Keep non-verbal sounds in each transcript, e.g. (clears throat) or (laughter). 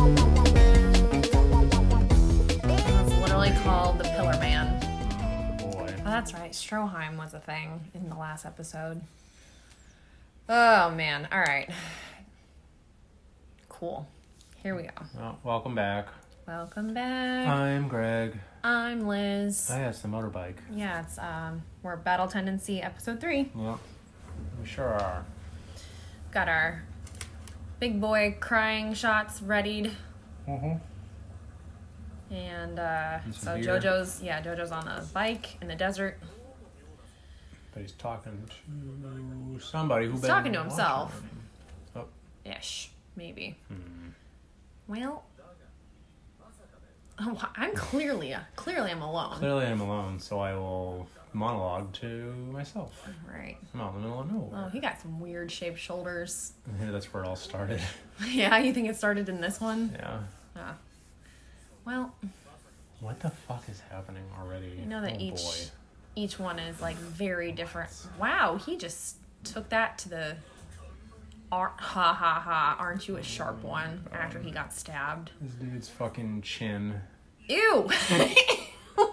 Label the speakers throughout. Speaker 1: Oh, Stroheim was a thing in the last episode. Oh man! All right. Cool. Here we go.
Speaker 2: Well, welcome back.
Speaker 1: Welcome back.
Speaker 2: I'm Greg.
Speaker 1: I'm Liz.
Speaker 2: I have the motorbike.
Speaker 1: yeah, it's um, we're at Battle Tendency episode three.
Speaker 2: Yep. We sure are.
Speaker 1: Got our big boy crying shots readied,
Speaker 2: Mm-hmm.
Speaker 1: and uh,
Speaker 2: And
Speaker 1: so
Speaker 2: some beer.
Speaker 1: JoJo's yeah JoJo's on a bike in the desert.
Speaker 2: But he's talking to somebody who
Speaker 1: He's
Speaker 2: been
Speaker 1: talking to himself.
Speaker 2: watching him.
Speaker 1: ish, maybe.
Speaker 2: Hmm.
Speaker 1: Well, oh, I'm clearly clearly I'm alone.
Speaker 2: Clearly, I'm alone, so I will monologue to myself.
Speaker 1: Right.
Speaker 2: I'm out in the middle of nowhere.
Speaker 1: Oh, he got some weird shaped shoulders. (laughs)
Speaker 2: Yeah, That's where it all (laughs) started.
Speaker 1: yeah, you think it started in this one?
Speaker 2: Yeah.
Speaker 1: Ah. Well,
Speaker 2: What the fuck is happening already?
Speaker 1: you know that
Speaker 2: oh,
Speaker 1: each
Speaker 2: boy.
Speaker 1: each one is like very different. Wow, he just took that to the ar- ha ha ha. Aren't you a sharp one? After he got stabbed.
Speaker 2: This dude's fucking chin.
Speaker 1: Ew. (laughs)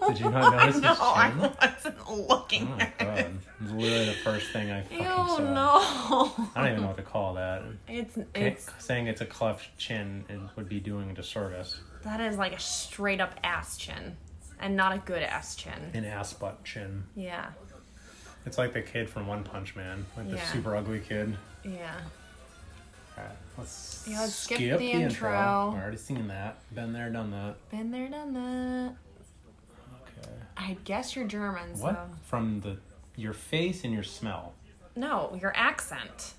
Speaker 2: Did you not notice his
Speaker 1: no, I (laughs)
Speaker 2: chin?
Speaker 1: wasn't looking.
Speaker 2: Oh my god. It was literally the first thing I fucking
Speaker 1: Ew,
Speaker 2: saw.
Speaker 1: no.
Speaker 2: I don't even know what to call that.
Speaker 1: It's
Speaker 2: It's,
Speaker 1: it's
Speaker 2: saying it's a cleft chin it would be doing a disservice.
Speaker 1: that is like a straight up ass chin, and not a good ass chin.
Speaker 2: An ass butt chin.
Speaker 1: Yeah,
Speaker 2: It's like the kid from One Punch Man, like the
Speaker 1: Yeah.
Speaker 2: super ugly kid.
Speaker 1: yeah.
Speaker 2: Alright, let's
Speaker 1: Yeah, let's skip the intro.
Speaker 2: We're already seen that. Been there, done that.
Speaker 1: Been there, done that.
Speaker 2: Okay.
Speaker 1: I guess you're German, so
Speaker 2: What from the your face and your smell?
Speaker 1: no, your accent.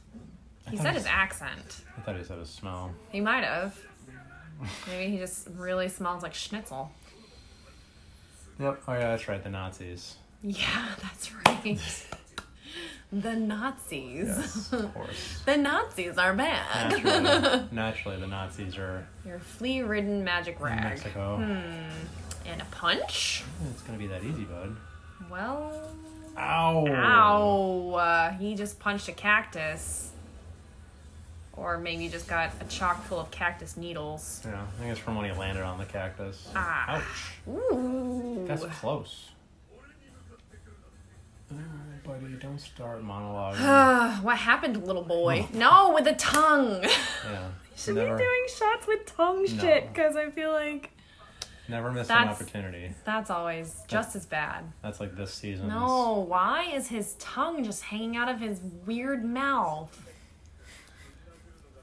Speaker 1: He
Speaker 2: thought
Speaker 1: said
Speaker 2: he
Speaker 1: his
Speaker 2: s-
Speaker 1: accent.
Speaker 2: I thought he said a smell.
Speaker 1: He might have. Maybe he just really smells like schnitzel.
Speaker 2: Yep. Oh yeah, that's right. The Nazis.
Speaker 1: Yeah, (laughs) that's right. The Nazis. (laughs)
Speaker 2: Yes, of course.
Speaker 1: The Nazis are bad.
Speaker 2: Naturally, naturally, the Nazis are
Speaker 1: (laughs) Your flea-ridden magic
Speaker 2: in
Speaker 1: rag
Speaker 2: Mexico.
Speaker 1: Hmm. and a punch.
Speaker 2: It's gonna be that easy, bud.
Speaker 1: Well,
Speaker 2: Ow.
Speaker 1: Ow! Uh, he just punched a cactus. Or maybe just got a chock full of cactus needles.
Speaker 2: Yeah, I think it's from when he landed on the cactus.
Speaker 1: Ah.
Speaker 2: Ouch.
Speaker 1: Ooh.
Speaker 2: That's close. Alright, buddy, don't start monologue.
Speaker 1: Ugh, (gasps) Uh, what happened, little (laughs) boy? no, with the tongue!
Speaker 2: yeah.
Speaker 1: Should
Speaker 2: never,
Speaker 1: be doing shots with tongue shit, because I feel like
Speaker 2: never miss an
Speaker 1: That's-
Speaker 2: opportunity.
Speaker 1: that's always just as bad.
Speaker 2: That's like this season's.
Speaker 1: No, why is his tongue just hanging out of his weird mouth?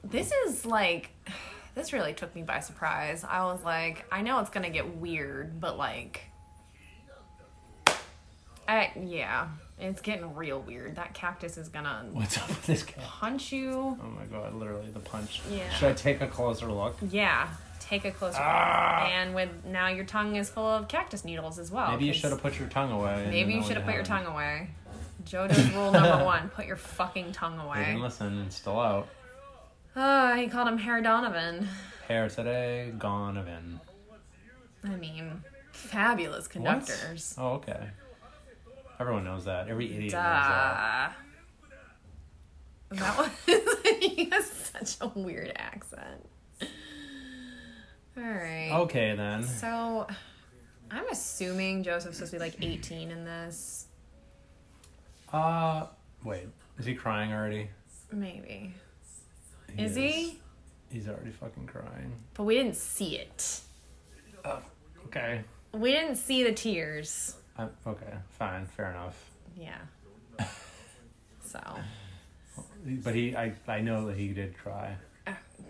Speaker 1: This is like, (sighs) this really took me by surprise. I was like, I know it's gonna get weird, but like, I, yeah, it's getting real weird. That cactus is gonna
Speaker 2: What's up with this guy?
Speaker 1: punch you.
Speaker 2: Oh my god, literally the punch.
Speaker 1: Yeah.
Speaker 2: Should I take a closer look?
Speaker 1: Yeah, take a closer
Speaker 2: Ah.
Speaker 1: look. And with now your tongue is full of cactus needles as well.
Speaker 2: Maybe you
Speaker 1: 'cause-
Speaker 2: should have put your tongue away. and
Speaker 1: Maybe
Speaker 2: then
Speaker 1: you
Speaker 2: that
Speaker 1: should have put your
Speaker 2: wouldn't
Speaker 1: tongue away. Jodo's
Speaker 2: (laughs)
Speaker 1: rule number one: put your fucking tongue
Speaker 2: happen. Didn't
Speaker 1: away.
Speaker 2: listen, it's still out.
Speaker 1: Ah, he called him Herr Donovan.
Speaker 2: Hair today, gone of in.
Speaker 1: I mean, fabulous
Speaker 2: What?
Speaker 1: conductors.
Speaker 2: Oh, okay. Everyone knows that. Every idiot knows that.
Speaker 1: Duh. (laughs) That was (laughs) he has such a weird accent. All right.
Speaker 2: Okay, then.
Speaker 1: So, I'm assuming Joseph's supposed to be like 18 in this.
Speaker 2: Uh, wait. Is he crying already?
Speaker 1: Maybe. Is he?
Speaker 2: He's already fucking crying.
Speaker 1: But we didn't see it.
Speaker 2: Oh, okay.
Speaker 1: We didn't see the tears.
Speaker 2: i Uh, okay, fine, fair enough.
Speaker 1: Yeah. so
Speaker 2: But he, I, I know that he did cry.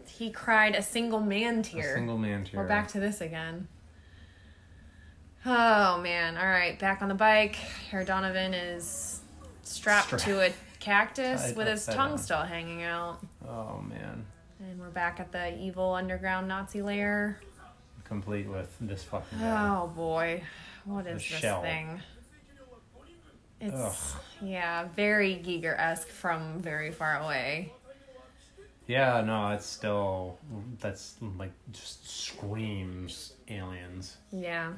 Speaker 1: he cried a single man
Speaker 2: A
Speaker 1: tear.
Speaker 2: single man tear.
Speaker 1: We're back to this again. Oh man! All right, back on the bike. Herr Donovan is strapped
Speaker 2: Stra-
Speaker 1: to a cactus
Speaker 2: Tied
Speaker 1: with his
Speaker 2: upside
Speaker 1: tongue
Speaker 2: down.
Speaker 1: still hanging out,
Speaker 2: oh man,
Speaker 1: and we're back at the evil underground Nazi lair.
Speaker 2: complete with this fucking guy.
Speaker 1: Oh boy, what is this
Speaker 2: shell.
Speaker 1: thing? It's yeah, very Giger esque from very far away.
Speaker 2: Yeah, no, it's still that's like just screams aliens.
Speaker 1: Yeah.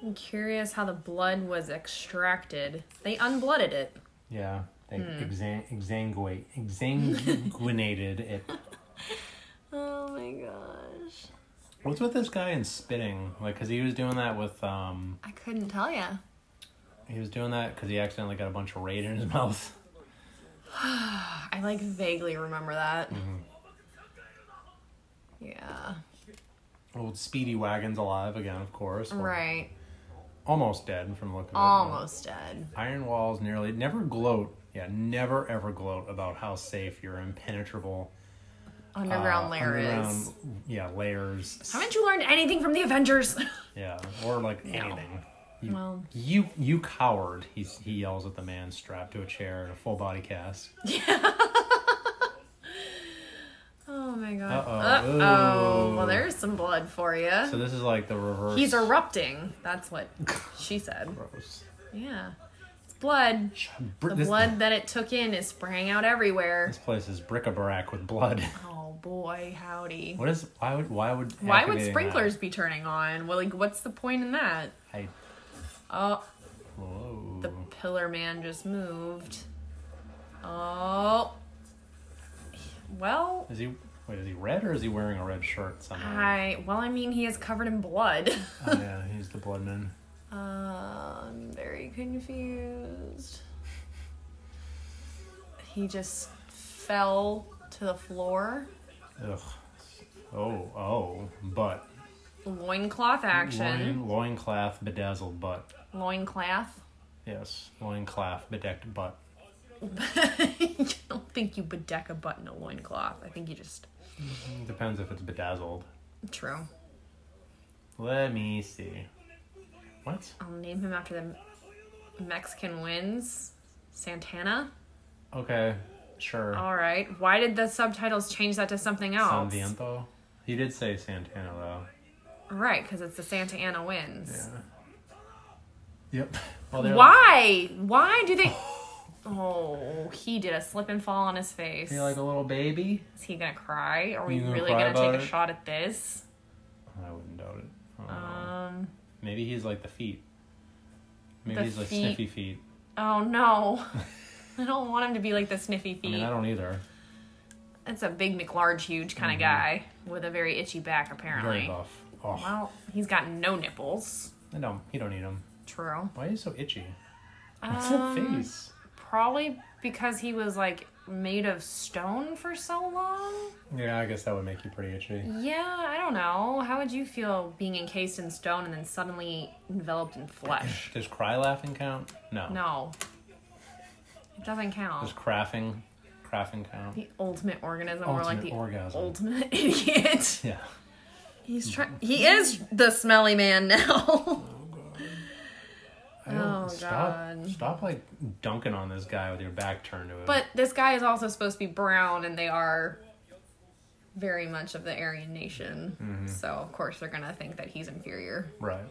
Speaker 1: I'm curious how the blood was extracted. They unblooded it.
Speaker 2: Yeah, they
Speaker 1: Hmm.
Speaker 2: exan- exanguate, exanguinated it.
Speaker 1: (laughs) Oh my gosh.
Speaker 2: What's with this guy and spitting? Like, cause he was doing that with um
Speaker 1: I couldn't tell ya.
Speaker 2: he was doing that because he accidentally got a bunch of raid in his (laughs) mouth.
Speaker 1: I like vaguely remember that.
Speaker 2: Mm-hmm.
Speaker 1: Yeah.
Speaker 2: Old Speedy Wagon's alive again, of course. or
Speaker 1: Right.
Speaker 2: Almost dead from the look of it.
Speaker 1: Almost dead.
Speaker 2: Iron walls nearly never gloat. Yeah, never ever gloat about how safe your impenetrable uh,
Speaker 1: Underground layer is.
Speaker 2: underground- Yeah, layers.
Speaker 1: Haven't you learned anything from the Avengers?
Speaker 2: Yeah, or like anything. (laughs) You,
Speaker 1: Well.
Speaker 2: you you coward! He's, he yells at the man strapped to a chair in a full body cast.
Speaker 1: oh my god.
Speaker 2: Uh-oh.
Speaker 1: Uh oh. Well,
Speaker 2: Ooh.
Speaker 1: there's some blood for you.
Speaker 2: So this is like the reverse.
Speaker 1: He's erupting. That's what she said.
Speaker 2: gross.
Speaker 1: Yeah. It's blood.
Speaker 2: Br-
Speaker 1: The
Speaker 2: this,
Speaker 1: blood that it took in is spraying out everywhere.
Speaker 2: This place is bric-a-brac with blood. (laughs)
Speaker 1: Oh boy, howdy.
Speaker 2: What is? Why would? Why would?
Speaker 1: Why would
Speaker 2: activating that-
Speaker 1: sprinklers be turning on? Well, like, what's the point in that?
Speaker 2: I,
Speaker 1: Oh,
Speaker 2: whoa.
Speaker 1: the pillar man just moved. Oh. Well,
Speaker 2: Is he? Wait, is he red or is he wearing a red shirt somehow?
Speaker 1: I. Well, I mean, he is covered in blood. (laughs)
Speaker 2: oh, yeah, he's the bloodman.
Speaker 1: I'm Um, very confused. He just fell to the floor.
Speaker 2: Ugh. Oh, oh, butt.
Speaker 1: Loincloth action.
Speaker 2: Loin, loincloth bedazzled butt.
Speaker 1: Loincloth.
Speaker 2: Yes, loincloth bedecked butt.
Speaker 1: (laughs) I don't think you bedeck a button a loincloth. I think you just.
Speaker 2: Depends if it's bedazzled.
Speaker 1: True.
Speaker 2: Let me see. What?
Speaker 1: I'll name him after the M- Mexican winds. Santana.
Speaker 2: Okay, sure.
Speaker 1: All right. Why did the subtitles change that to something else?
Speaker 2: Sanviento. He did say Santana though.
Speaker 1: Right, because it's the Santa Ana winds.
Speaker 2: Yep. Well, they're Like,
Speaker 1: Why? Why do
Speaker 2: (laughs)
Speaker 1: they? Oh, he did a slip and fall on his face.
Speaker 2: you're like a little baby.
Speaker 1: Is he gonna cry? Are we
Speaker 2: You gonna
Speaker 1: really
Speaker 2: cry
Speaker 1: gonna
Speaker 2: about
Speaker 1: take a
Speaker 2: it?
Speaker 1: shot at this?
Speaker 2: I wouldn't doubt it. I don't know.
Speaker 1: Um.
Speaker 2: Maybe he's like the feet. Maybe
Speaker 1: The
Speaker 2: he's like
Speaker 1: feet.
Speaker 2: sniffy feet.
Speaker 1: Oh no. (laughs) I don't want him to be like the sniffy
Speaker 2: I
Speaker 1: feet.
Speaker 2: mean, I don't either.
Speaker 1: That's a big McLarge huge kind of guy with a very itchy back
Speaker 2: Mm-hmm. Very
Speaker 1: apparently.
Speaker 2: buff. Oh,
Speaker 1: Well, he's got no nipples.
Speaker 2: I don't. You don't need him.
Speaker 1: True.
Speaker 2: Why are you so itchy? What's that
Speaker 1: Um,
Speaker 2: face?
Speaker 1: Probably because he was like made of stone for so long.
Speaker 2: Yeah, I guess that would make you pretty itchy.
Speaker 1: Yeah, I don't know. How would you feel being encased in stone and then suddenly enveloped in
Speaker 2: (clears throat)
Speaker 1: flesh?
Speaker 2: Does cry laughing count? No.
Speaker 1: No. It doesn't count.
Speaker 2: Does crafting, crafting count?
Speaker 1: The ultimate organism or like
Speaker 2: Ultimate
Speaker 1: the
Speaker 2: orgasm.
Speaker 1: ultimate (laughs) idiot.
Speaker 2: Yeah.
Speaker 1: He's trying. He is the smelly man now. (laughs)
Speaker 2: I don't-
Speaker 1: Oh,
Speaker 2: stop,
Speaker 1: God.
Speaker 2: Stop like dunking on this guy with your back turned to him.
Speaker 1: but this guy is also supposed to be brown, and they are very much of the Aryan nation. So of course they're gonna think that he's inferior
Speaker 2: right,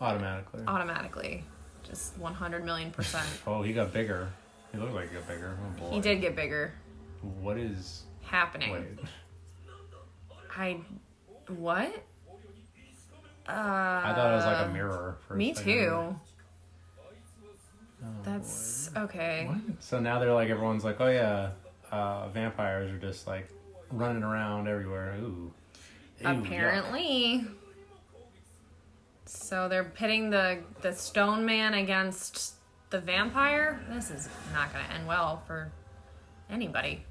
Speaker 2: automatically.
Speaker 1: Uh, automatically. Just one hundred million percent.
Speaker 2: oh, he got bigger. He looked like he got bigger. Oh boy.
Speaker 1: He did get bigger.
Speaker 2: What is?
Speaker 1: Happening.
Speaker 2: Wait.
Speaker 1: I. What? Uh,
Speaker 2: I thought it was like a mirror. For a
Speaker 1: Me
Speaker 2: second.
Speaker 1: too. That's okay.
Speaker 2: What? So now they're like everyone's like, oh yeah, uh, vampires are just like running around everywhere. Ooh. Ew, yuck.
Speaker 1: Apparently. So they're pitting the the stone man against the vampire. This is not going to end well for anybody.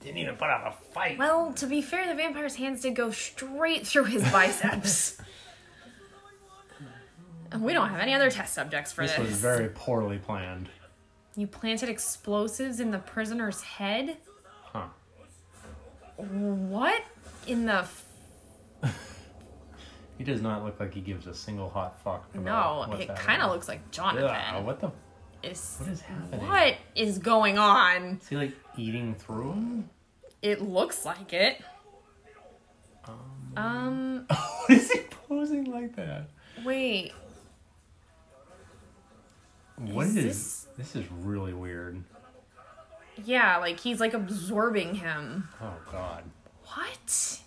Speaker 2: Didn't even put up a fight.
Speaker 1: Well, to be fair, the vampire's hands did go straight through
Speaker 2: (laughs)
Speaker 1: his biceps. And we don't have any other test subjects for
Speaker 2: this
Speaker 1: this.
Speaker 2: was very poorly planned.
Speaker 1: you planted explosives in the prisoner's head?
Speaker 2: Huh.
Speaker 1: What in the f-
Speaker 2: He does not look like he gives a single hot fuck.
Speaker 1: no?
Speaker 2: about what's
Speaker 1: It
Speaker 2: happening.
Speaker 1: kind of looks like Jonathan.
Speaker 2: Yeah, what the?
Speaker 1: Is-
Speaker 2: What is happening?
Speaker 1: What is going on?
Speaker 2: Is he like eating through him? (laughs)
Speaker 1: It looks like it. Um,
Speaker 2: what is he posing like that?
Speaker 1: wait.
Speaker 2: What
Speaker 1: Is
Speaker 2: is this? is really weird.
Speaker 1: Yeah, like he's like absorbing him.
Speaker 2: Oh God.
Speaker 1: What?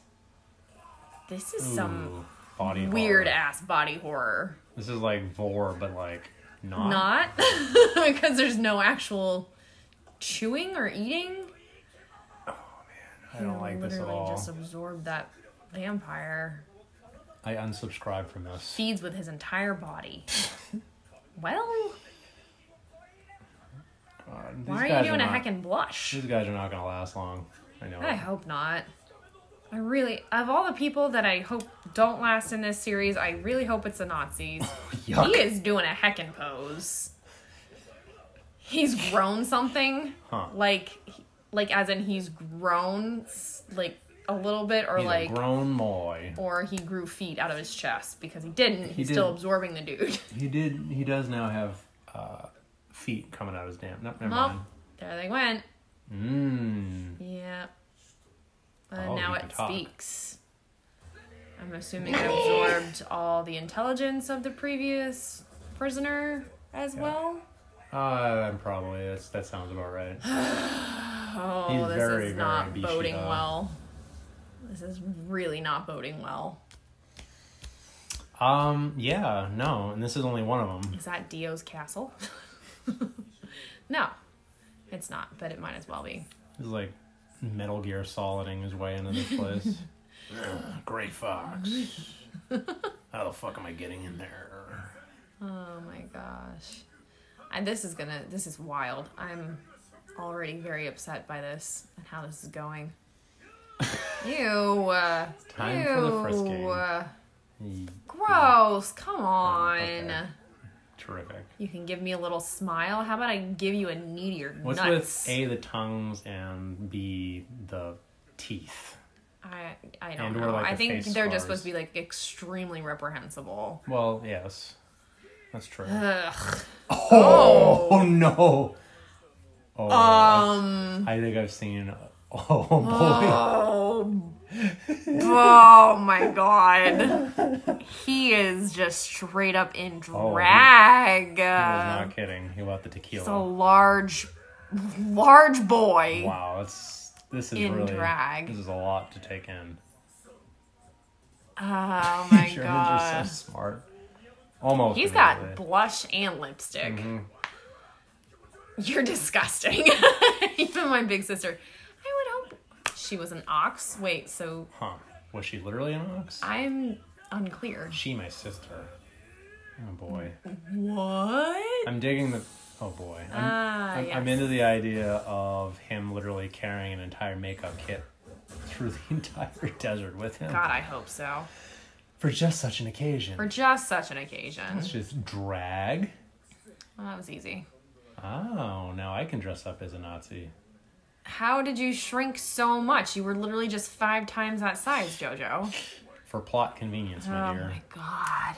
Speaker 1: This is some
Speaker 2: Ooh, body
Speaker 1: weird
Speaker 2: horror.
Speaker 1: ass body horror.
Speaker 2: This is like vor, but like not.
Speaker 1: Not (laughs) because there's no actual chewing or eating.
Speaker 2: I don't like this at
Speaker 1: Literally
Speaker 2: all.
Speaker 1: just absorbed that vampire.
Speaker 2: I unsubscribe from this.
Speaker 1: Feeds with his entire body. (laughs) Well,
Speaker 2: God, these
Speaker 1: why are
Speaker 2: guys
Speaker 1: you doing a
Speaker 2: not-
Speaker 1: heckin' blush?
Speaker 2: These guys are not gonna last long. I know.
Speaker 1: I
Speaker 2: it.
Speaker 1: hope not. I really, of all the people that I hope don't last in this series, I really hope it's the Nazis.
Speaker 2: Yuck.
Speaker 1: He is doing a heckin' pose. He's grown something,
Speaker 2: Huh.
Speaker 1: like, like as in he's grown s- like a little bit, or
Speaker 2: He's
Speaker 1: like,
Speaker 2: a grown boy.
Speaker 1: or he grew feet out of his chest because he didn't. He's
Speaker 2: did.
Speaker 1: still absorbing the dude.
Speaker 2: He did. He does now have uh, feet coming out of his damn. No, never
Speaker 1: Well, there they went.
Speaker 2: mind. Mm.
Speaker 1: Yeah. And
Speaker 2: Oh,
Speaker 1: now
Speaker 2: he
Speaker 1: it
Speaker 2: can talk.
Speaker 1: speaks. I'm assuming it absorbed all the intelligence of the previous prisoner as well.
Speaker 2: Mm. Uh, probably. That's, that sounds about right.
Speaker 1: (sighs) Oh,
Speaker 2: He's
Speaker 1: this
Speaker 2: very,
Speaker 1: is
Speaker 2: very
Speaker 1: not
Speaker 2: Abishai.
Speaker 1: boding well. This is really not boding well.
Speaker 2: Um. Yeah. No. And this is only one of them.
Speaker 1: Is that Dio's castle? (laughs) no, it's not, but it might as well be.
Speaker 2: He's like Metal Gear Soliding his way into this
Speaker 1: (laughs)
Speaker 2: place. Ugh, Gray Fox. How the fuck am I getting in there?
Speaker 1: Oh my gosh. And this is gonna, this is wild. I'm already very upset by this and how this is
Speaker 2: (laughs)
Speaker 1: going. Ew. Uh,
Speaker 2: Time
Speaker 1: ew.
Speaker 2: for the frisking.
Speaker 1: uh,
Speaker 2: He-
Speaker 1: Gross. Come on.
Speaker 2: Oh, okay. Terrific.
Speaker 1: You can give me a little smile. How about I give you a needier
Speaker 2: What's
Speaker 1: nuts?
Speaker 2: with A, the tongues, and B, the teeth?
Speaker 1: I, I don't
Speaker 2: And or
Speaker 1: know.
Speaker 2: like
Speaker 1: I
Speaker 2: the
Speaker 1: think
Speaker 2: face
Speaker 1: they're just
Speaker 2: scars?
Speaker 1: supposed to be like extremely reprehensible.
Speaker 2: Well, yes.
Speaker 1: (sighs)
Speaker 2: That's true.
Speaker 1: Ugh.
Speaker 2: (laughs) Oh, no. Oh,
Speaker 1: Um.
Speaker 2: I think I've seen. (laughs) Oh,
Speaker 1: (gasps)
Speaker 2: boy.
Speaker 1: Oh. oh my god. He is just straight up in
Speaker 2: Oh, he-
Speaker 1: drag.
Speaker 2: he was not kidding. He bought the tequila.
Speaker 1: It's a large, large boy.
Speaker 2: wow, that's this is
Speaker 1: in
Speaker 2: really
Speaker 1: drag.
Speaker 2: this is a lot to take in.
Speaker 1: Oh my
Speaker 2: (laughs) Germans are
Speaker 1: god.
Speaker 2: so smart. Almost.
Speaker 1: He's got
Speaker 2: immediately.
Speaker 1: blush and lipstick.
Speaker 2: Mm-hmm.
Speaker 1: You're disgusting. (laughs) Even my big sister. I would hope she was an ox. Wait, so
Speaker 2: Huh? Was she literally an ox?
Speaker 1: I'm unclear.
Speaker 2: She, my sister. Oh boy,
Speaker 1: What?
Speaker 2: I'm digging the. Oh boy, I'm,
Speaker 1: Ah,
Speaker 2: I'm, I'm
Speaker 1: yes.
Speaker 2: into the idea of him literally carrying an entire makeup kit through the (laughs) entire desert with him
Speaker 1: God, I hope so.
Speaker 2: for just such an occasion.
Speaker 1: For just such an occasion.
Speaker 2: it's just drag.
Speaker 1: Well, that was easy.
Speaker 2: Oh, now I can dress up as a Nazi.
Speaker 1: How did you shrink so much? You were literally just five times that size, JoJo.
Speaker 2: For plot convenience, my
Speaker 1: Oh
Speaker 2: dear.
Speaker 1: my god.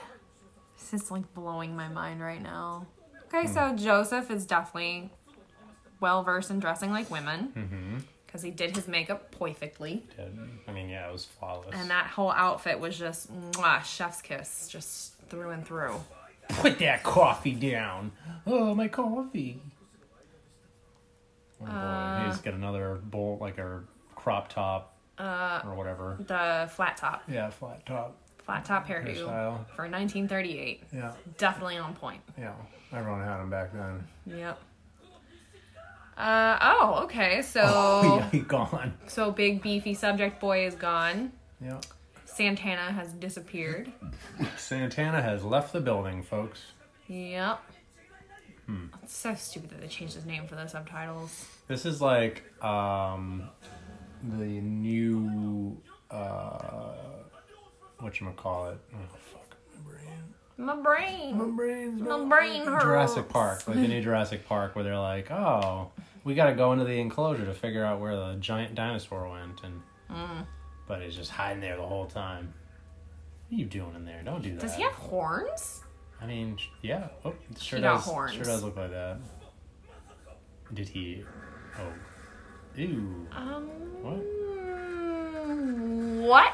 Speaker 1: This is like blowing my mind right now. Okay,
Speaker 2: Hmm.
Speaker 1: so Joseph is definitely well versed in dressing like women
Speaker 2: Mm-hmm.
Speaker 1: because he did his makeup perfectly.
Speaker 2: Did- I mean, yeah, it was flawless.
Speaker 1: And that whole outfit was just mwah, chef's kiss, just through and through.
Speaker 2: Put that coffee down. Oh, my coffee. Oh boy, he's got another bowl, like a crop top or whatever.
Speaker 1: The flat top,
Speaker 2: Yeah, flat top
Speaker 1: flat top hairdo
Speaker 2: hairstyle.
Speaker 1: for 1938.
Speaker 2: Yeah,
Speaker 1: Definitely on point.
Speaker 2: yeah. Everyone had him back then.
Speaker 1: Yep. Uh, oh, okay, so
Speaker 2: Oh, (laughs) yeah, he gone.
Speaker 1: so big beefy subject boy is gone.
Speaker 2: Yeah.
Speaker 1: Santana has disappeared.
Speaker 2: Santana has left the building, folks.
Speaker 1: Yep.
Speaker 2: Hmm.
Speaker 1: It's so stupid that they changed his name for the subtitles.
Speaker 2: This is like um, the new uh, what you call it? Oh fuck, my brain.
Speaker 1: My brain.
Speaker 2: brain's
Speaker 1: My brain hurts.
Speaker 2: Jurassic Park, like the new Jurassic Park, where they're like, "Oh, we got to go into the enclosure to figure out where the giant dinosaur went," and
Speaker 1: Mm.
Speaker 2: but it's just hiding there the whole time. What are you doing in there? Don't do that.
Speaker 1: Does he have horns?
Speaker 2: I mean, sh- yeah. Oh, it sure
Speaker 1: He got
Speaker 2: does.
Speaker 1: horns.
Speaker 2: Sure does look like that. Did he? Oh, ew,
Speaker 1: Um.
Speaker 2: What?
Speaker 1: What?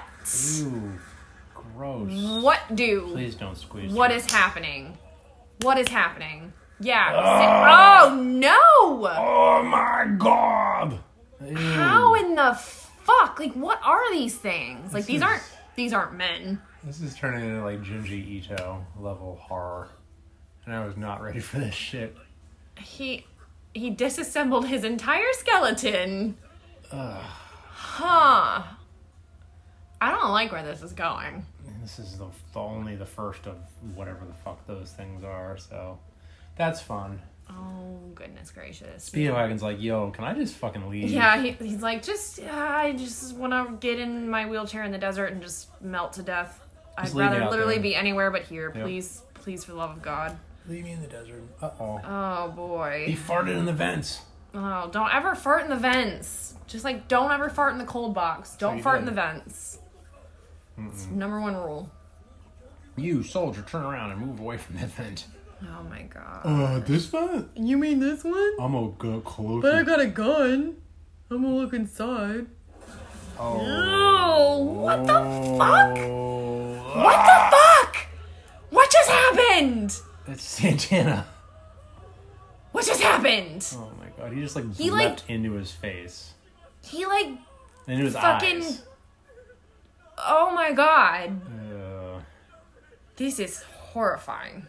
Speaker 2: ew, gross.
Speaker 1: What do?
Speaker 2: Please don't squeeze.
Speaker 1: What
Speaker 2: me.
Speaker 1: is happening? What is happening? Yeah.
Speaker 2: Ah!
Speaker 1: Sa- oh no!
Speaker 2: Oh my god! Ew.
Speaker 1: How in the fuck? Like, what are these things? Like,
Speaker 2: This
Speaker 1: these
Speaker 2: is-
Speaker 1: aren't these aren't men.
Speaker 2: This is turning into like Junji Ito level horror. And I was not ready for this shit.
Speaker 1: He he disassembled his entire skeleton.
Speaker 2: Ugh.
Speaker 1: Huh. I don't like where this is going.
Speaker 2: This is the, the only the first of whatever the fuck those things are, so That's fun.
Speaker 1: Oh goodness gracious.
Speaker 2: Speedwagon's like, yo, can I just fucking leave?
Speaker 1: Yeah, he, he's like, just uh, I just want to get in my wheelchair in the desert and just melt to death.
Speaker 2: Just
Speaker 1: I'd
Speaker 2: leave me
Speaker 1: rather
Speaker 2: out
Speaker 1: literally
Speaker 2: there."
Speaker 1: be anywhere but here,
Speaker 2: Yep.
Speaker 1: please, please, for the love of God.
Speaker 2: Leave me in the desert. Uh oh.
Speaker 1: Oh
Speaker 2: He
Speaker 1: boy.
Speaker 2: farted in the vents.
Speaker 1: Oh, don't ever fart in the vents. Just like don't ever fart in the cold box. Don't
Speaker 2: you
Speaker 1: fart in the
Speaker 2: did.
Speaker 1: vents. It's number one rule.
Speaker 2: You soldier, turn around and move away from that vent.
Speaker 1: Oh my god.
Speaker 2: Uh, this vent?
Speaker 1: Mm. You mean this one?
Speaker 2: I'm gonna go closer.
Speaker 1: got a gun. I'm gonna look inside.
Speaker 2: Oh.
Speaker 1: No! What the fuck?
Speaker 2: Oh.
Speaker 1: What the fuck? What just happened?
Speaker 2: It's Santana.
Speaker 1: What just happened?
Speaker 2: Oh my god, he just like
Speaker 1: He, like-
Speaker 2: leapt into his face.
Speaker 1: He like,
Speaker 2: Into his
Speaker 1: Fucking-
Speaker 2: eyes.
Speaker 1: oh my god,
Speaker 2: Uh,
Speaker 1: this is horrifying.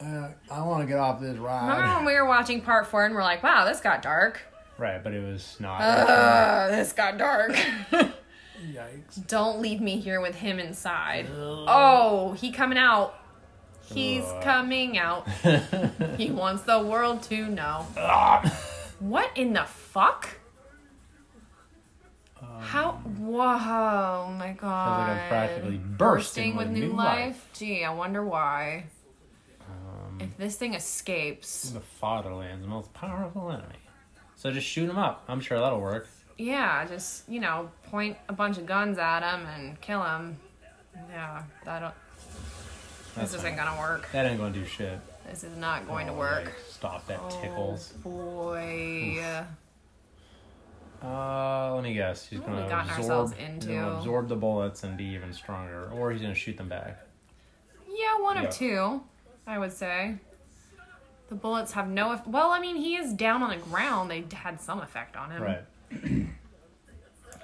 Speaker 2: uh, I want to get off this
Speaker 1: Remember when we were watching part four and we're like, wow, this got dark.
Speaker 2: Right, but it was not.
Speaker 1: Ugh, Uh, this got dark. (laughs)
Speaker 2: Yikes.
Speaker 1: Don't leave me here with him inside. Oh, he coming out. He's
Speaker 2: Ugh.
Speaker 1: coming (laughs) out. He wants the world to know.
Speaker 2: Ah,
Speaker 1: What in the fuck? How? Whoa, my god.
Speaker 2: like I'm practically bursting with new life.
Speaker 1: Gee, I wonder why.
Speaker 2: Um,
Speaker 1: If this thing escapes.
Speaker 2: the fatherland's most powerful enemy. So just shoot him up. I'm sure that'll work.
Speaker 1: Yeah, just, you know, point a bunch of guns at him and kill him. Yeah, that don't.
Speaker 2: That's
Speaker 1: this
Speaker 2: fine.
Speaker 1: isn't gonna work.
Speaker 2: That ain't gonna do shit.
Speaker 1: This is not going
Speaker 2: Oh,
Speaker 1: to work.
Speaker 2: yikes. Stop that tickles.
Speaker 1: Oh, boy.
Speaker 2: Uh, let me guess. He's
Speaker 1: What have
Speaker 2: gonna
Speaker 1: we gotten
Speaker 2: absorb,
Speaker 1: ourselves
Speaker 2: he's
Speaker 1: into?
Speaker 2: gonna absorb the bullets and be even stronger, or he's gonna shoot them back.
Speaker 1: Yeah, one
Speaker 2: Yeah.
Speaker 1: of two, I would say. The bullets have no. Eff- well, I mean, he is down on the ground. They had some effect on him.
Speaker 2: Right.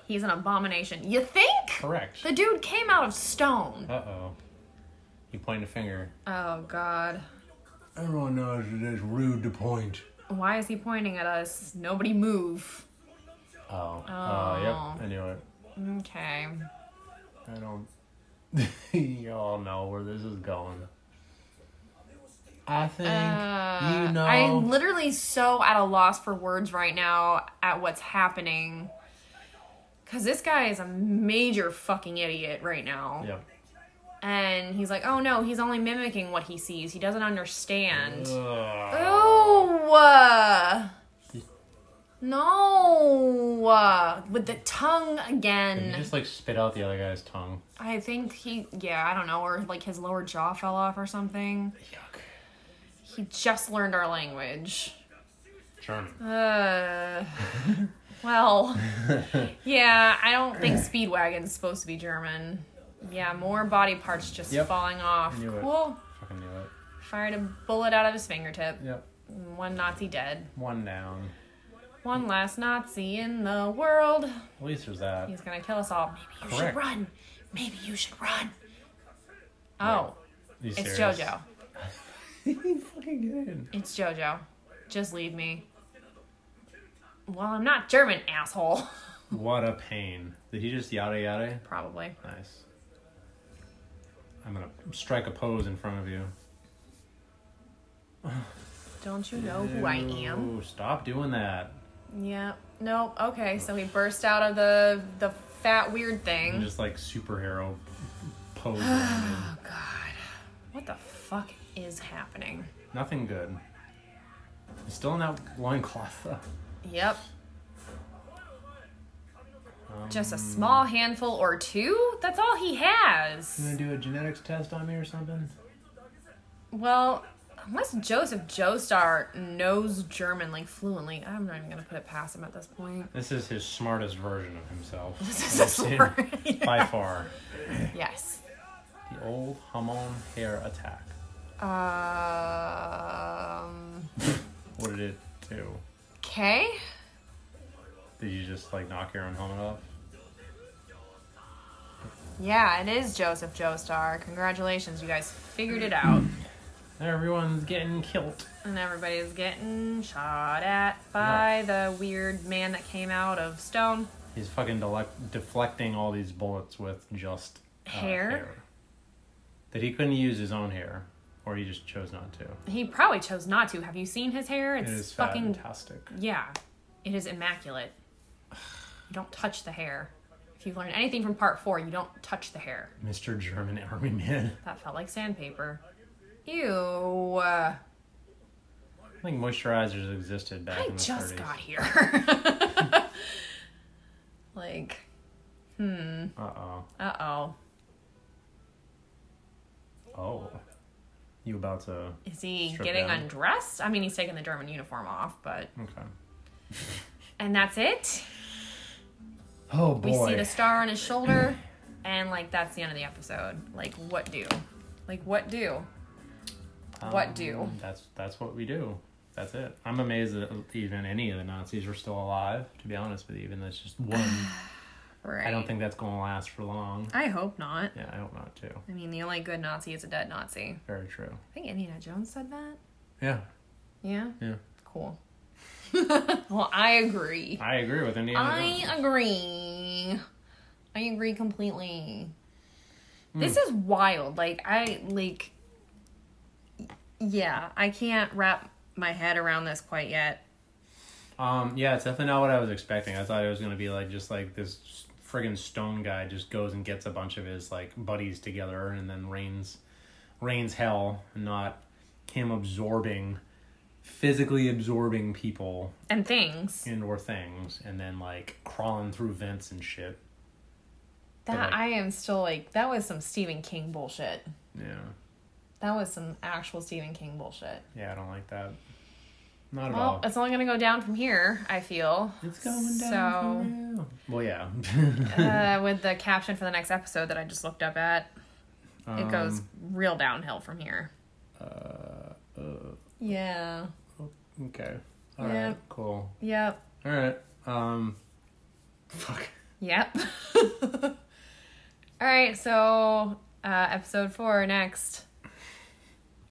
Speaker 1: He's an abomination. You think?
Speaker 2: Correct.
Speaker 1: The dude came out of stone.
Speaker 2: Uh oh. You point a finger.
Speaker 1: Oh God.
Speaker 2: Everyone knows it is rude to point.
Speaker 1: Why is he pointing at us? Nobody move.
Speaker 2: Oh. Oh,
Speaker 1: Oh.
Speaker 2: yep. I knew it.
Speaker 1: Okay.
Speaker 2: I don't. (laughs) Y'all know where this is going. I think
Speaker 1: Uh,
Speaker 2: you know.
Speaker 1: I'm literally so at a loss for words right now at what's happening. Cause this guy is a major fucking idiot right now.
Speaker 2: Yep.
Speaker 1: And he's like, oh no, he's only mimicking what he sees. He doesn't understand.
Speaker 2: Ugh. Uh.
Speaker 1: Ew! No! With the tongue
Speaker 2: He
Speaker 1: again.
Speaker 2: just like spit out the other guy's tongue.
Speaker 1: I think he, yeah, I don't know, or like his lower jaw fell off or something.
Speaker 2: Yuck.
Speaker 1: He just learned our language.
Speaker 2: German.
Speaker 1: Uh,
Speaker 2: (laughs)
Speaker 1: well, yeah, I don't think Speedwagon's supposed to be German. Yeah, more body parts just
Speaker 2: Yep.
Speaker 1: falling off.
Speaker 2: Knew it.
Speaker 1: Cool.
Speaker 2: Fucking knew it.
Speaker 1: Fired a bullet out of his fingertip.
Speaker 2: Yep.
Speaker 1: One Nazi dead.
Speaker 2: One down.
Speaker 1: One last Nazi in the world.
Speaker 2: At least there's that.
Speaker 1: He's gonna kill us all. Maybe you
Speaker 2: Correct.
Speaker 1: should run. Maybe you should run. Oh,
Speaker 2: You
Speaker 1: it's
Speaker 2: serious?
Speaker 1: JoJo.
Speaker 2: (laughs) he fucking did.
Speaker 1: It's JoJo. Just leave me. Well, I'm not German, asshole. (laughs)
Speaker 2: What a pain. Did he just yada yada?
Speaker 1: Probably.
Speaker 2: Nice. I'm gonna strike a pose in front of you.
Speaker 1: Don't you know who I am?
Speaker 2: Ew, Stop doing that.
Speaker 1: Yeah. No. Okay. So he burst out of the the fat weird
Speaker 2: I'm
Speaker 1: thing.
Speaker 2: just like superhero
Speaker 1: (gasps)
Speaker 2: pose. landed.
Speaker 1: God. What the fuck is happening?
Speaker 2: Nothing good. He's still in that loincloth though.
Speaker 1: Yep.
Speaker 2: Um,
Speaker 1: Just a small handful or two? That's all he
Speaker 2: You gonna
Speaker 1: has.
Speaker 2: do a genetics test on me or something?
Speaker 1: Well, unless Joseph Joestar knows German like fluently, I'm not even gonna put it past him at this point. (laughs)
Speaker 2: This is his smartest version of himself.
Speaker 1: This is a (laughs)
Speaker 2: I've seen
Speaker 1: slur.
Speaker 2: By far.
Speaker 1: yes.
Speaker 2: The old Hamon hair attack.
Speaker 1: Um.
Speaker 2: What did it do?
Speaker 1: Okay.
Speaker 2: Did you just like knock your own helmet off?
Speaker 1: Yeah, it is Joseph Joestar. Congratulations, you guys figured it out.
Speaker 2: Everyone's getting killed.
Speaker 1: And everybody's getting shot at by the weird man that came out of stone.
Speaker 2: He's fucking delec- deflecting all these bullets with just uh,
Speaker 1: Hair?
Speaker 2: That he couldn't use his own hair or or he just chose not to.
Speaker 1: He probably chose not to. Have you seen his hair?
Speaker 2: It
Speaker 1: It's
Speaker 2: is
Speaker 1: fucking
Speaker 2: fantastic.
Speaker 1: yeah. It is immaculate. You don't touch the hair. If you've learned anything from part four, you don't touch the hair.
Speaker 2: Mr. German Army Man.
Speaker 1: That felt like sandpaper. Ew. Uh,
Speaker 2: I think moisturizers existed back
Speaker 1: I
Speaker 2: in the
Speaker 1: just
Speaker 2: 30s.
Speaker 1: got here. (laughs) like, hmm.
Speaker 2: Uh oh.
Speaker 1: Uh oh.
Speaker 2: Oh. You about to.
Speaker 1: Is he
Speaker 2: Strip
Speaker 1: getting
Speaker 2: down.
Speaker 1: undressed? I mean, he's taking the German uniform off, but.
Speaker 2: Okay.
Speaker 1: And that's it.
Speaker 2: Oh
Speaker 1: We
Speaker 2: boy.
Speaker 1: see the star on his
Speaker 2: (clears throat)
Speaker 1: shoulder, and like that's the end of the episode. Like, what do? Like, what do? what do?
Speaker 2: Um, That's that's what we do. That's it. I'm amazed that even any of the Nazis were still alive. To be honest with you, even that's just one.
Speaker 1: Right.
Speaker 2: I don't think that's going to last for long.
Speaker 1: I hope not.
Speaker 2: Yeah, I hope not too.
Speaker 1: I mean, the only good Nazi is a dead Nazi.
Speaker 2: Very true.
Speaker 1: I think Indiana Jones said that.
Speaker 2: Yeah,
Speaker 1: Yeah.
Speaker 2: yeah.
Speaker 1: Cool. (laughs) well, I agree.
Speaker 2: I agree with Indiana Jones.
Speaker 1: I agree. I agree completely.
Speaker 2: Hmm.
Speaker 1: This is wild. Like I like y- yeah, I can't wrap my head around this quite yet.
Speaker 2: Um, yeah, it's definitely not what I was expecting. I thought it was gonna be like just like this friggin' stone guy just goes and gets a bunch of his like buddies together and then rains rains hell, not him absorbing physically absorbing people
Speaker 1: And things
Speaker 2: and or things and then like crawling through vents and shit.
Speaker 1: that
Speaker 2: like-
Speaker 1: I am still like that was some Stephen King bullshit.
Speaker 2: Yeah.
Speaker 1: That was some actual Stephen King bullshit.
Speaker 2: Yeah, I don't like that. Not at
Speaker 1: Well,
Speaker 2: all.
Speaker 1: it's only gonna go down from here. I feel
Speaker 2: It's going
Speaker 1: so-
Speaker 2: down. So, well,
Speaker 1: (laughs)
Speaker 2: yeah. (laughs)
Speaker 1: uh, with the caption for the next episode that I just looked up at. It goes
Speaker 2: Um,
Speaker 1: real downhill from here.
Speaker 2: uh,
Speaker 1: Yeah.
Speaker 2: okay. All right.
Speaker 1: Yeah.
Speaker 2: Cool.
Speaker 1: Yep.
Speaker 2: All right. Um. Fuck.
Speaker 1: Yep. (laughs) All right, so uh, episode four next.